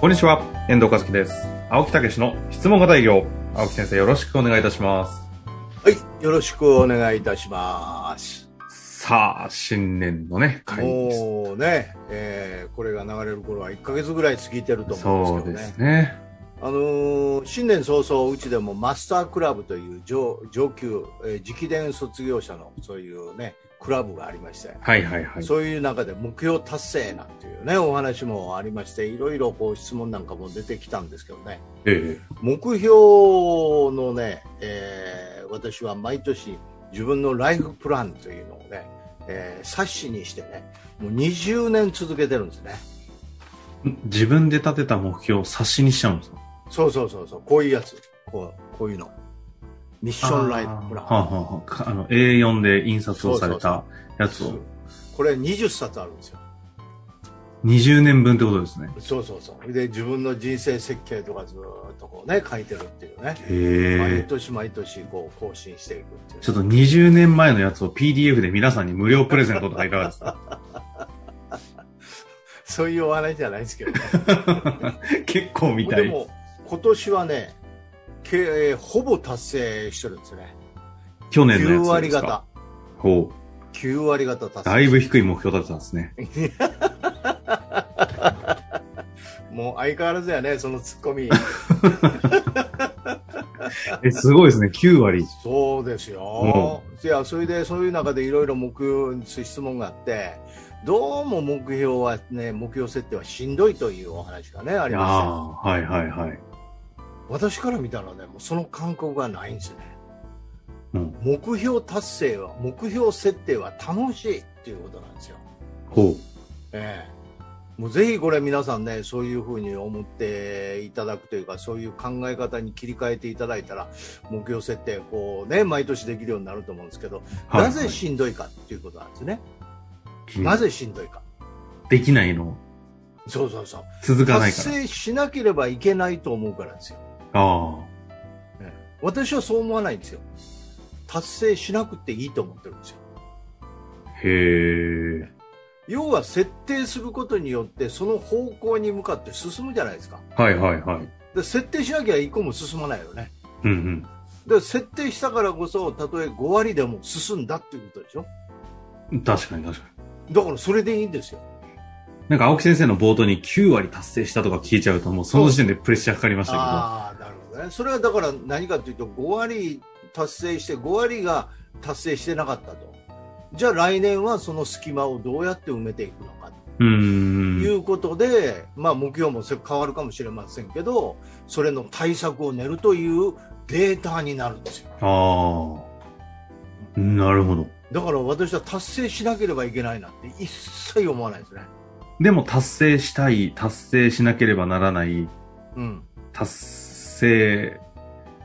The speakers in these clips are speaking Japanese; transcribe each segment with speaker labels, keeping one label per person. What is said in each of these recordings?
Speaker 1: こんにちは、遠藤和樹です。青木武の質問型営業。青木先生、よろしくお願いいたします。
Speaker 2: はい、よろしくお願いいたします。
Speaker 1: さあ、新年のね、会議です。
Speaker 2: もうね、えーこれが流れる頃は1ヶ月ぐらい過ぎてると思
Speaker 1: そううん
Speaker 2: ですけど
Speaker 1: で
Speaker 2: ね
Speaker 1: す。ね。
Speaker 2: あのー新年早々、うちでもマスタークラブという上上級、えー直伝卒業者のそういうね、クラブがありまして、
Speaker 1: はいはいはい。
Speaker 2: そういう中で目標達成なんていうね、お話もありまして、いろいろこう質問なんかも出てきたんですけどね、
Speaker 1: え
Speaker 2: 目標のね、えー私は毎年自分のライフプランというのをね、えー冊子にしてねもう20年続けてるんですね
Speaker 1: え自分で立てた目標を冊子にしちゃうんですか
Speaker 2: そうそうそうそうこういうやつこうこういうのミッションライフプラ
Speaker 1: あ
Speaker 2: ン
Speaker 1: ーはあはあはあかあの、A4 で印刷をされたやつを
Speaker 2: これ20冊あるんですよ
Speaker 1: 20年分ってことですね。
Speaker 2: そうそうそうで自分の人生設計とかずーっとこうね書いてるっていうね毎
Speaker 1: へえ。
Speaker 2: 年毎年こう更新していくっていう
Speaker 1: ちょっと20年前のやつを PDF で皆さんに無料プレゼントとかいかがです か
Speaker 2: そういうお話じゃないですけどね
Speaker 1: 結構見た
Speaker 2: で
Speaker 1: い。
Speaker 2: も今年はねけ、えーほぼ達成してるんですね
Speaker 1: 去年の
Speaker 2: 9
Speaker 1: やつ
Speaker 2: 割
Speaker 1: ですか
Speaker 2: 方。
Speaker 1: ほう。
Speaker 2: 9割方達成
Speaker 1: だいぶ低い目標立てたんですね。
Speaker 2: もう相変わらずやねそのツッ コミ
Speaker 1: え、すごいですね。9割。
Speaker 2: そうですよ、いやそれでそういう中でいろいろ目標に質問があってどうも目標はね目標設定はしんどいというお話がねありまし
Speaker 1: ああ、はいはいはい。
Speaker 2: た私から見たらねもうその感覚がないんですね
Speaker 1: うん。
Speaker 2: 目標達成は目標設定は楽しいっていうことなんですよ
Speaker 1: ほ
Speaker 2: ええ、もうぜひこれ皆さんねそういうふうに思っていただくというかそういう考え方に切り替えていただいたら目標設定こうね毎年できるようになると思うんですけど、
Speaker 1: う。
Speaker 2: なぜしんどいかっていうことなんですね、
Speaker 1: うん
Speaker 2: なぜしんどいか
Speaker 1: できないの
Speaker 2: そうそうそう
Speaker 1: 続かない
Speaker 2: 達
Speaker 1: から。
Speaker 2: 成しなければいけないと思うからですよ
Speaker 1: ああ。
Speaker 2: 私はそう思わないんですよ達成しなくていいと思ってるんですよ
Speaker 1: へえ。
Speaker 2: 要は設定することによってその方向に向かって進むじゃないですか
Speaker 1: はいはいはい。
Speaker 2: で設定しなきゃ一個も進まないよね
Speaker 1: うんうん。
Speaker 2: で設定したからこそたとえ5割でも進んだっていうことでしょ
Speaker 1: 確かに確かに。
Speaker 2: だからそれでいいんですよ
Speaker 1: なんか青木先生の冒頭に9割達成したとか聞いちゃうともうその時点でプレッシャーかかりました
Speaker 2: ああなるほどねそれはだから何かというと5割達成して5割が達成してなかったとじゃあ来年はその隙間をどうやって埋めていくのか
Speaker 1: けど。うー
Speaker 2: とい
Speaker 1: ん。
Speaker 2: うことで、まあ目標もせ変わるかもしれませんけどそれの対策を練るというデータになるんですよ
Speaker 1: ああ。なるほど。
Speaker 2: だから私は達成しなければいけないなんて一切思わないですね
Speaker 1: でも達成したい、達成しなければならない、
Speaker 2: うん
Speaker 1: 達成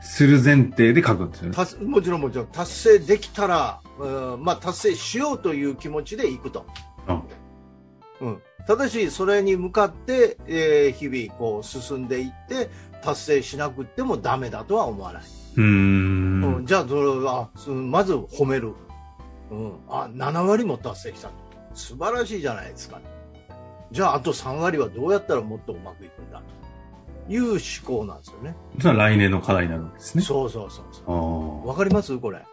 Speaker 1: する前提で書くんですよね。
Speaker 2: 達もちろんもちろん達成できたら、うんまあ、達成しようという気持ちで行くと、
Speaker 1: あ
Speaker 2: うん、ただしそれに向かって、えー日々こう進んでいって達成しなくってもダメだとは思わない、
Speaker 1: うー
Speaker 2: うん
Speaker 1: ん。
Speaker 2: じゃあそれはそのまず褒める、うん、あ7割も達成した素晴らしいじゃないですかじゃああと3割はどうやったらもっとうまくいくんだという思考なんですよね
Speaker 1: それは来年の課題になるわけですね。
Speaker 2: そうそうそうそ
Speaker 1: あ
Speaker 2: う
Speaker 1: あ。
Speaker 2: わかりますこれ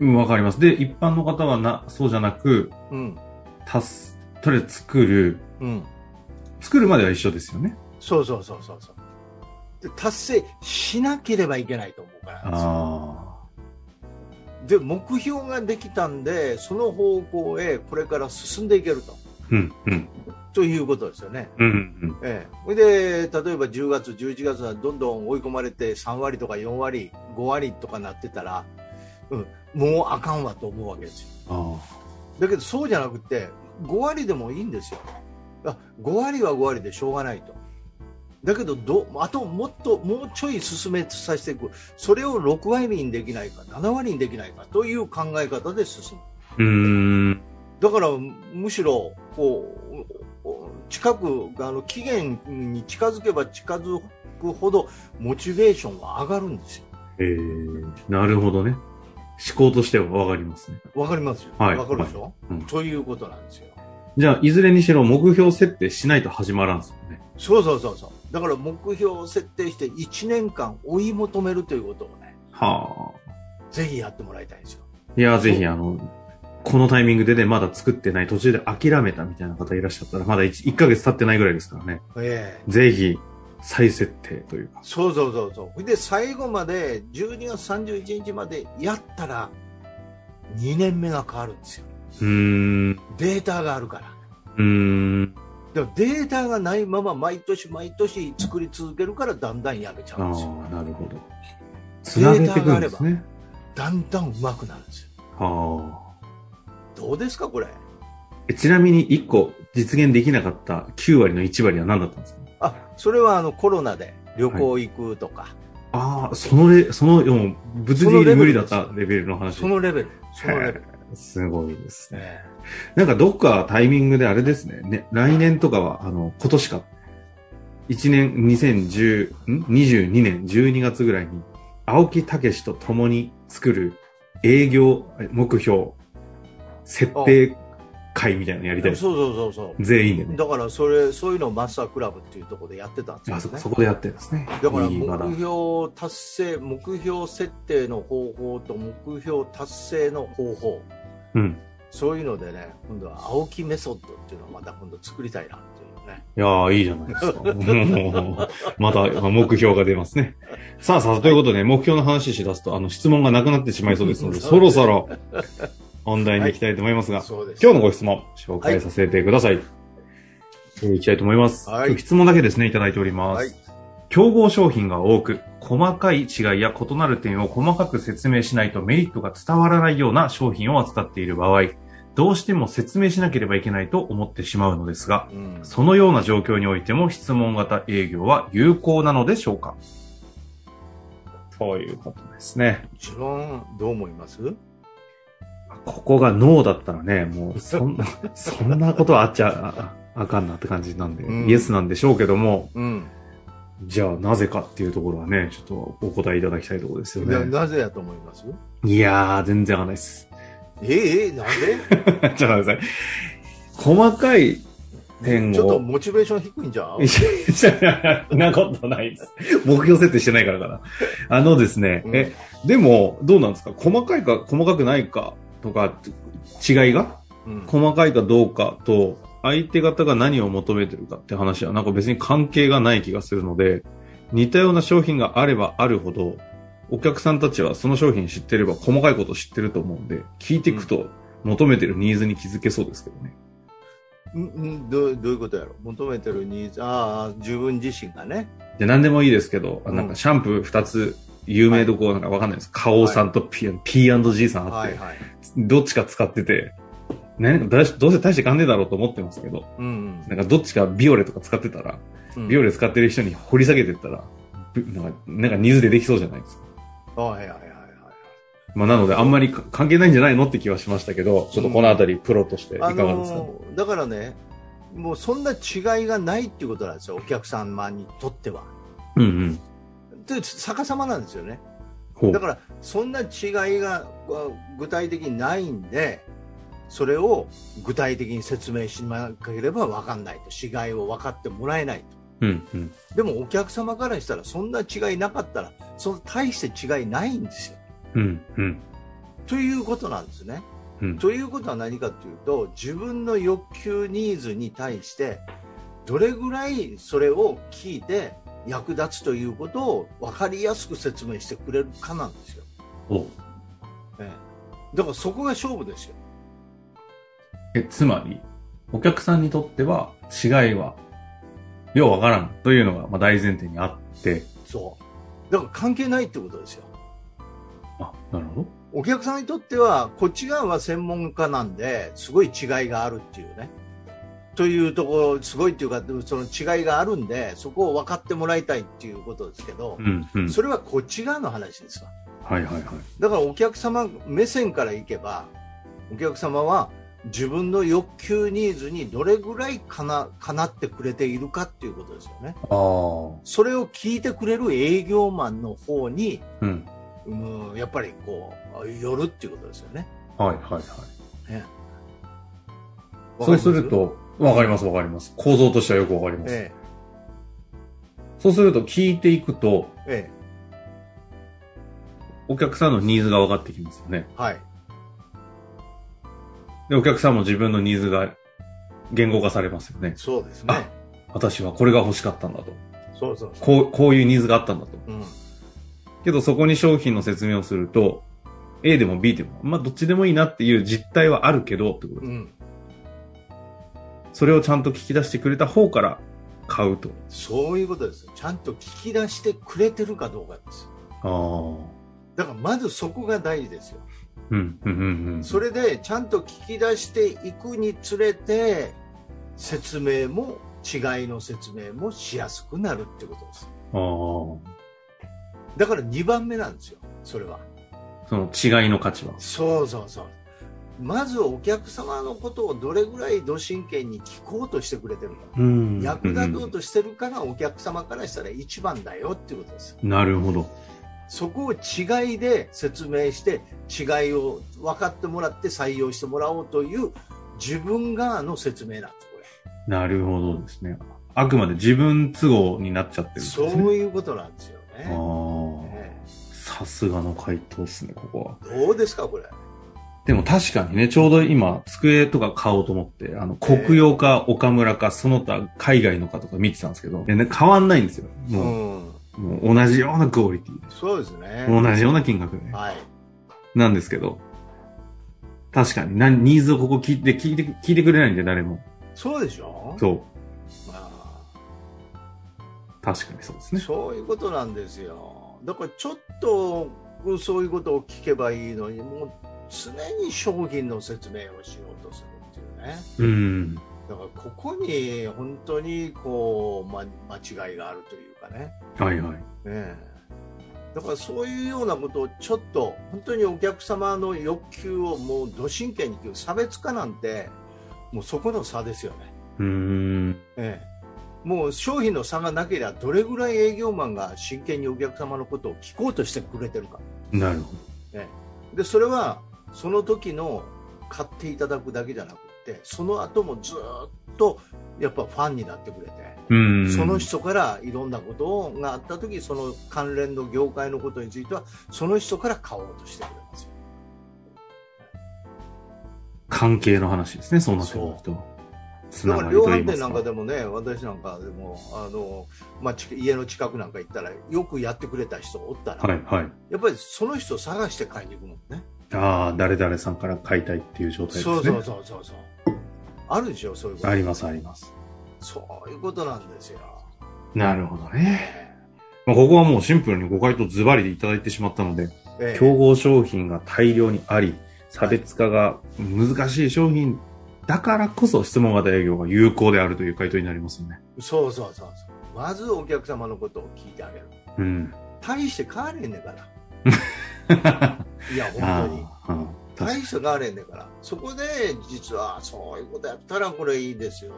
Speaker 1: うん、わかります。で、一般の方はな、そうじゃなく、
Speaker 2: うん
Speaker 1: 足す、とりあえず作る、
Speaker 2: うん
Speaker 1: 作るまでは一緒ですよね。
Speaker 2: そうそうそうそうそう。で達成しなければいけないと思うからなんですよ
Speaker 1: あ
Speaker 2: で目標ができたんでその方向へこれから進んでいけると
Speaker 1: あ。うん、うん、
Speaker 2: ということですよね。
Speaker 1: うん、うん。
Speaker 2: ええ、それで例えば10月、11月はどんどん追い込まれて3割とか4割、5割とかなってたら、うん、もうあかんわと思うわけですよ。
Speaker 1: ああ。
Speaker 2: だけどそうじゃなくて5割でもいいんですよ。あ5割は5割でしょうがないと。だけどど、あともっと、もうちょい進めさせていく。それを6割にできないか、7割にできないかという考え方で進む。
Speaker 1: うーん。
Speaker 2: だから、むしろ、こう、お近く、あの、期限に近づけば近づくほど、モチベーションは上がるんですよ。
Speaker 1: えー、なるほどね。思考としてはわかりますね。
Speaker 2: わかりますよ。
Speaker 1: はい
Speaker 2: わかるでしょ、
Speaker 1: いうん
Speaker 2: ということなんですよ。
Speaker 1: じゃあ、いずれにしろ目標設定しないと始まらんですもんね。
Speaker 2: そうそうそうそう。だから目標を設定して1年間追い求めるということをね、
Speaker 1: はあ。
Speaker 2: ぜひやってもらいたいんですよ。
Speaker 1: いや、ぜひ、あの、このタイミングでね、まだ作ってない、途中で諦めたみたいな方いらっしゃったら、まだ 1, ヶ月経ってないぐらいですからね。
Speaker 2: ええ
Speaker 1: ぜひ、再設定というか。
Speaker 2: そうそうそうそう。それで最後まで12月31日までやったら2年目が変わるんですよ。
Speaker 1: うーん。う
Speaker 2: データがあるから。
Speaker 1: ーん。
Speaker 2: でもデータがないまま毎年毎年作り続けるからだんだんやめちゃ
Speaker 1: あ
Speaker 2: う
Speaker 1: あ
Speaker 2: んですよ。
Speaker 1: ー、なるほど。つなげていくんですね。
Speaker 2: だんだん上手くなるんですよ。
Speaker 1: はあ。
Speaker 2: どうですかこれ。
Speaker 1: えちなみに、1個実現できなかった9割の1割は何だったんですか
Speaker 2: あ、それはあのコロナで旅行行くとか、
Speaker 1: ああ、そのレ、その、もう物理的に無理だったレベルの話。
Speaker 2: そのレベル。そのレベル。
Speaker 1: すごいですね。
Speaker 2: ええ
Speaker 1: なんかどっかタイミングであれですね。ね来年とかは、あの、今年か。1年、2010、ん ?22 年12月ぐらいに、青木武と共に作る営業目標設定会みたいなのやりたいです。
Speaker 2: そうそうそうそう。
Speaker 1: 全員でね。
Speaker 2: だからそれそういうのをマスタークラブっていうところでやってたんですよ
Speaker 1: あ
Speaker 2: ね。
Speaker 1: そこ、そこでやってるんですね。
Speaker 2: だから
Speaker 1: いい場だ
Speaker 2: 目標達成目標設定の方法と目標達成の方法
Speaker 1: うん。
Speaker 2: そういうのでね今度は青木メソッドっていうのをまた今度作りたいなっていうね。
Speaker 1: いやー、いいじゃないですか。 もうまた、目標が出ますね。さあさあ、ということで、目標の話し出すと、あの、質問がなくなってしまいそうですので、そろそろ、本題に行きたいと思いますが、
Speaker 2: そうです。
Speaker 1: 今日のご質問、紹介させてください。えーいきたいと思います。
Speaker 2: はい
Speaker 1: 今日質問だけですね、いただいております。
Speaker 2: はい
Speaker 1: 競合商品が多く、細かい違いや異なる点を細かく説明しないとメリットが伝わらないような商品を扱っている場合、どうしても説明しなければいけないと思ってしまうのですが、
Speaker 2: うん、
Speaker 1: そのような状況においても質問型営業は有効なのでしょうかということですね。
Speaker 2: 一番どう思います？
Speaker 1: ここがノーだったらね、もう そんな、そんなことはあっちゃああかんなって感じなんで、
Speaker 2: うん
Speaker 1: イエスなんでしょうけども、
Speaker 2: うん。
Speaker 1: じゃあなぜかっていうところはね、ちょっとお答えいただきたいところですよ
Speaker 2: な
Speaker 1: ね。
Speaker 2: なぜやと思います？
Speaker 1: いやー、全然わかんない です。
Speaker 2: ええええなん で？
Speaker 1: ちょっと待ってください。細かい点を。
Speaker 2: ちょっとモチベーション低いんじゃう
Speaker 1: い？やいやいやそんなことないです。目標設定してないからかな。あのですね、
Speaker 2: うん
Speaker 1: え、でも、どうなんですか細かいか細かくないかとか、違いが
Speaker 2: うん。
Speaker 1: 細かいかどうかと、相手方が何を求めてるかって話は、なんか別に関係がない気がするので、似たような商品があればあるほど、お客さんたちはその商品知ってれば細かいこと知ってると思うんで、聞いていくと求めてるニーズに気づけそうですけどね。
Speaker 2: うんうんどうどういうことやろ？求めてるニーズああ自分自身がね。
Speaker 1: で、何でもいいですけど、あ
Speaker 2: うん
Speaker 1: なんかシャンプー二つ、有名どころなんかわかんないです。花王さんと P- P&G さんあっ
Speaker 2: は
Speaker 1: て、
Speaker 2: いはい。
Speaker 1: どっちか使ってて、ね、だしどうせ大してかんねえだろうと思ってますけど、
Speaker 2: うんうん。
Speaker 1: なんかどっちかビオレとか使ってたら、ビオ
Speaker 2: レ。
Speaker 1: レ使ってる人に掘り下げてったら、ぶなんか、なんかニーズでできそうじゃないですか。
Speaker 2: あはいはいはいはい。
Speaker 1: まあ、なのであんまりか関係ないんじゃないのって気はしましたけど、ちょっとこのあたりプロとしていか
Speaker 2: あ
Speaker 1: がですか、ね
Speaker 2: のーだからね、もうそんな違いがないっていうことなんですよ、お客様にとっては。
Speaker 1: うんうん。
Speaker 2: で逆さまなんですよね。
Speaker 1: ほう
Speaker 2: だ。から、そんな違いがわ具体的にないんで、それを具体的に説明しなければ分かんないと、違いを分かってもらえない
Speaker 1: うんうん。
Speaker 2: と。でも、お客様からしたら、そんな違いなかったら、その大して違いないんですよ。
Speaker 1: うんうん。
Speaker 2: ということなんですね。
Speaker 1: うん
Speaker 2: ということは何かというと自分の欲求ニーズに対してどれぐらいそれを聞いて役立つということを分かりやすく説明してくれるかなんですよ、
Speaker 1: ほう
Speaker 2: ええ、だからそこが勝負ですよ
Speaker 1: え、つまり、お客さんにとっては違いは、ようわからんというのがまあ大前提にあって、
Speaker 2: そうだから関係ないってことですよ
Speaker 1: あ、なるほど。
Speaker 2: お客さんにとってはこっち側は専門家なんですごい違いがあるっていうねというところ、すごいっていうか、その違いがあるんで、そこを分かってもらいたいっていうことですけど、
Speaker 1: うんうん。
Speaker 2: それはこっち側の話ですわ。
Speaker 1: はいはいはい。
Speaker 2: だからお客様目線からいけば、お客様は自分の欲求ニーズにどれぐらいかな、かなってくれているかっていうことですよね。
Speaker 1: ああ。
Speaker 2: それを聞いてくれる営業マンの方に、
Speaker 1: うん。
Speaker 2: うん、やっぱりこう、寄るっていうことですよね。
Speaker 1: はいはいはい。そ
Speaker 2: わかり
Speaker 1: う
Speaker 2: ます
Speaker 1: る、と、わかりますわかります。構造としてはよくわかります。
Speaker 2: え
Speaker 1: そうすると聞いていくと、
Speaker 2: え、え
Speaker 1: お客さんのニーズが分かってきますよね
Speaker 2: え、。はい。
Speaker 1: で、お客さんも自分のニーズが言語化されますよね。
Speaker 2: そうです
Speaker 1: あ
Speaker 2: ね。
Speaker 1: 私はこれが欲しかったんだと。
Speaker 2: そうそうそ
Speaker 1: こ
Speaker 2: う。
Speaker 1: う、こういうニーズがあったんだと。
Speaker 2: うん、
Speaker 1: けどそこに商品の説明をすると、A でも B でも、まあどっちでもいいなっていう実態はあるけど、ってこと
Speaker 2: う
Speaker 1: です
Speaker 2: ん、
Speaker 1: それをちゃんと聞き出してくれた方から買うと。
Speaker 2: そういうことです。ちゃんと聞き出してくれてるかどうかです。
Speaker 1: ああ。
Speaker 2: だからまずそこが大事ですよ。
Speaker 1: うん、うん、うん。うん
Speaker 2: それでちゃんと聞き出していくにつれて説明も違いの説明もしやすくなるってことです
Speaker 1: ああ。
Speaker 2: だから2番目なんですよそれは
Speaker 1: その違いの価値は。
Speaker 2: そうそうそうまずお客様のことをどれぐらい度真剣に聞こうとしてくれてるか、
Speaker 1: うん
Speaker 2: 役立とうとしてるかがお客様からしたら一番だよっていうことです
Speaker 1: なるほど。
Speaker 2: そこを違いで説明して違いを分かってもらって採用してもらおうという自分側の説明なんですこれ
Speaker 1: なるほどですね。あくまで自分都合になっちゃってるんです
Speaker 2: そ
Speaker 1: ね。
Speaker 2: ういうことなんですよね。
Speaker 1: あ
Speaker 2: ね
Speaker 1: あ。さすがの回答ですね、ここは。
Speaker 2: どうですか、これ。
Speaker 1: でも確かにね、ちょうど今、机とか買おうと思って、あの、国用か岡村か、その他海外のかとか見てたんですけど、でね、変わんないんですよ。
Speaker 2: う
Speaker 1: も
Speaker 2: ん、
Speaker 1: う、もう同じようなクオリティで
Speaker 2: そうですね。
Speaker 1: 同じような金額で、
Speaker 2: はい。
Speaker 1: なんですけど、確かに、な、ニーズをここ聞いて、聞いて、聞いてくれないんで、誰も。
Speaker 2: そうでしょ、
Speaker 1: そう
Speaker 2: まあ
Speaker 1: う。確かにそうですね。
Speaker 2: そういうことなんですよ。だからちょっとうんそういうことを聞けばいいのに、もう常に商品の説明をしようとするっていうね。
Speaker 1: うん。
Speaker 2: だからここに本当にこう、ま、間違いがあるというかね。
Speaker 1: はいはい。
Speaker 2: ねえだからそういうようなことをちょっと本当にお客様の欲求をもうど真剣に聞く差別化なんてもうそこの差ですよね、
Speaker 1: うーん。
Speaker 2: ええ、もう商品の差がなければどれぐらい営業マンが真剣にお客様のことを聞こうとしてくれてるか
Speaker 1: なるほど。
Speaker 2: でそれはその時の買っていただくだけじゃなくってその後もずっとやっぱファンになってくれて、
Speaker 1: うん。
Speaker 2: その人からいろんなことがあったとき、その関連の業界のことについては、その人から買おうとしてくれますよ。
Speaker 1: 関係の話ですね、そうなってくると。つ
Speaker 2: だ
Speaker 1: な
Speaker 2: か
Speaker 1: が
Speaker 2: ら
Speaker 1: りと
Speaker 2: 量
Speaker 1: 言い
Speaker 2: 販
Speaker 1: ます
Speaker 2: 店
Speaker 1: か。
Speaker 2: なんかでもね、私なんかでも、あの、まあ、ち家の近くなんか行ったら、よくやってくれた人おったら、
Speaker 1: はいはい。
Speaker 2: やっぱりその人を探して買いに行くもんね。
Speaker 1: ああ、誰々さんから買いたいっていう状態ですね。
Speaker 2: そうそうそうそうそう。あるでしょ、そういうこと。
Speaker 1: ありますあります。
Speaker 2: そういうことなんですよ。
Speaker 1: なるほどね。まあ、ここはもうシンプルにご回答ズバリでいただいてしまったので、
Speaker 2: ええ
Speaker 1: 競合商品が大量にあり、差別化が難しい商品だからこそ質問型営業が有効であるという回答になりますよね。
Speaker 2: そうそうそうそう。まずお客様のことを聞いてあげる。
Speaker 1: うん。
Speaker 2: 大して変われへんねんから。
Speaker 1: あ
Speaker 2: いや、本当に。
Speaker 1: あ、うん確か
Speaker 2: 大
Speaker 1: に。
Speaker 2: したガーレンだから、そこで実はそういうことやったらこれいいですよ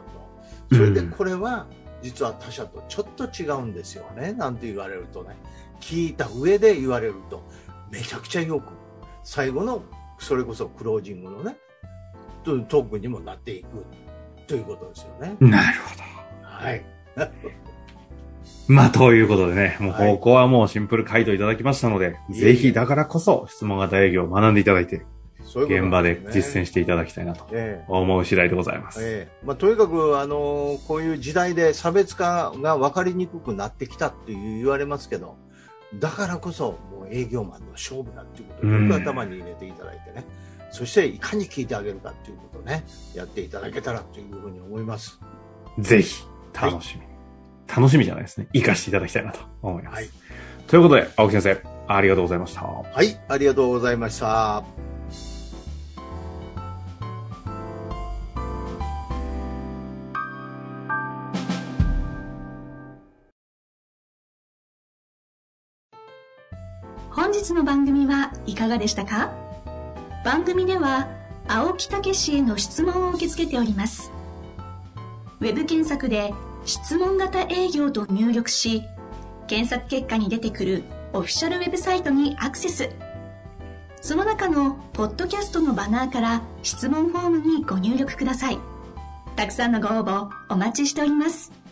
Speaker 2: と、それで
Speaker 1: うん
Speaker 2: これは実は他社とちょっと違うんですよねなんて言われるとね、聞いた上で言われると、めちゃくちゃよく、最後のそれこそクロージングのね、トトークにもなっていくということですよね。
Speaker 1: なるほど。
Speaker 2: はい、
Speaker 1: まあ、ということでね、もう
Speaker 2: はい
Speaker 1: ここはもうシンプル回答いただきましたので、
Speaker 2: いえいえ
Speaker 1: ぜひだからこそ質問型営業を学んでいただいて、
Speaker 2: そういうこ
Speaker 1: 現
Speaker 2: とな
Speaker 1: 場
Speaker 2: ん
Speaker 1: です
Speaker 2: ね
Speaker 1: 実践していただきたいなと
Speaker 2: ええ
Speaker 1: 思う次第でございます。
Speaker 2: ええまあ、とにかく、あのこういう時代で差別化が分かりにくくなってきたっていう言われますけどだからこそもう営業マンの勝負だっていうことを
Speaker 1: うん
Speaker 2: よく頭に入れていただいてね、そしていかに聞いてあげるかっていうことをねやっていただけたらというふうに思います。
Speaker 1: ぜひ、楽しみ、楽しみじゃないですね。活かしていただきたいなと思います。
Speaker 2: はい
Speaker 1: ということで、青木先生、ありがとうございました。
Speaker 2: はい、ありがとうございました。
Speaker 3: 本日の番組はいかがでしたか番組では青木武氏への質問を受け付けておりますウェブ検索で「質問型営業」と入力し検索結果に出てくるオフィシャルウェブサイトにアクセスその中のポッドキャストのバナーから質問フォームにご入力くださいたくさんのご応募お待ちしております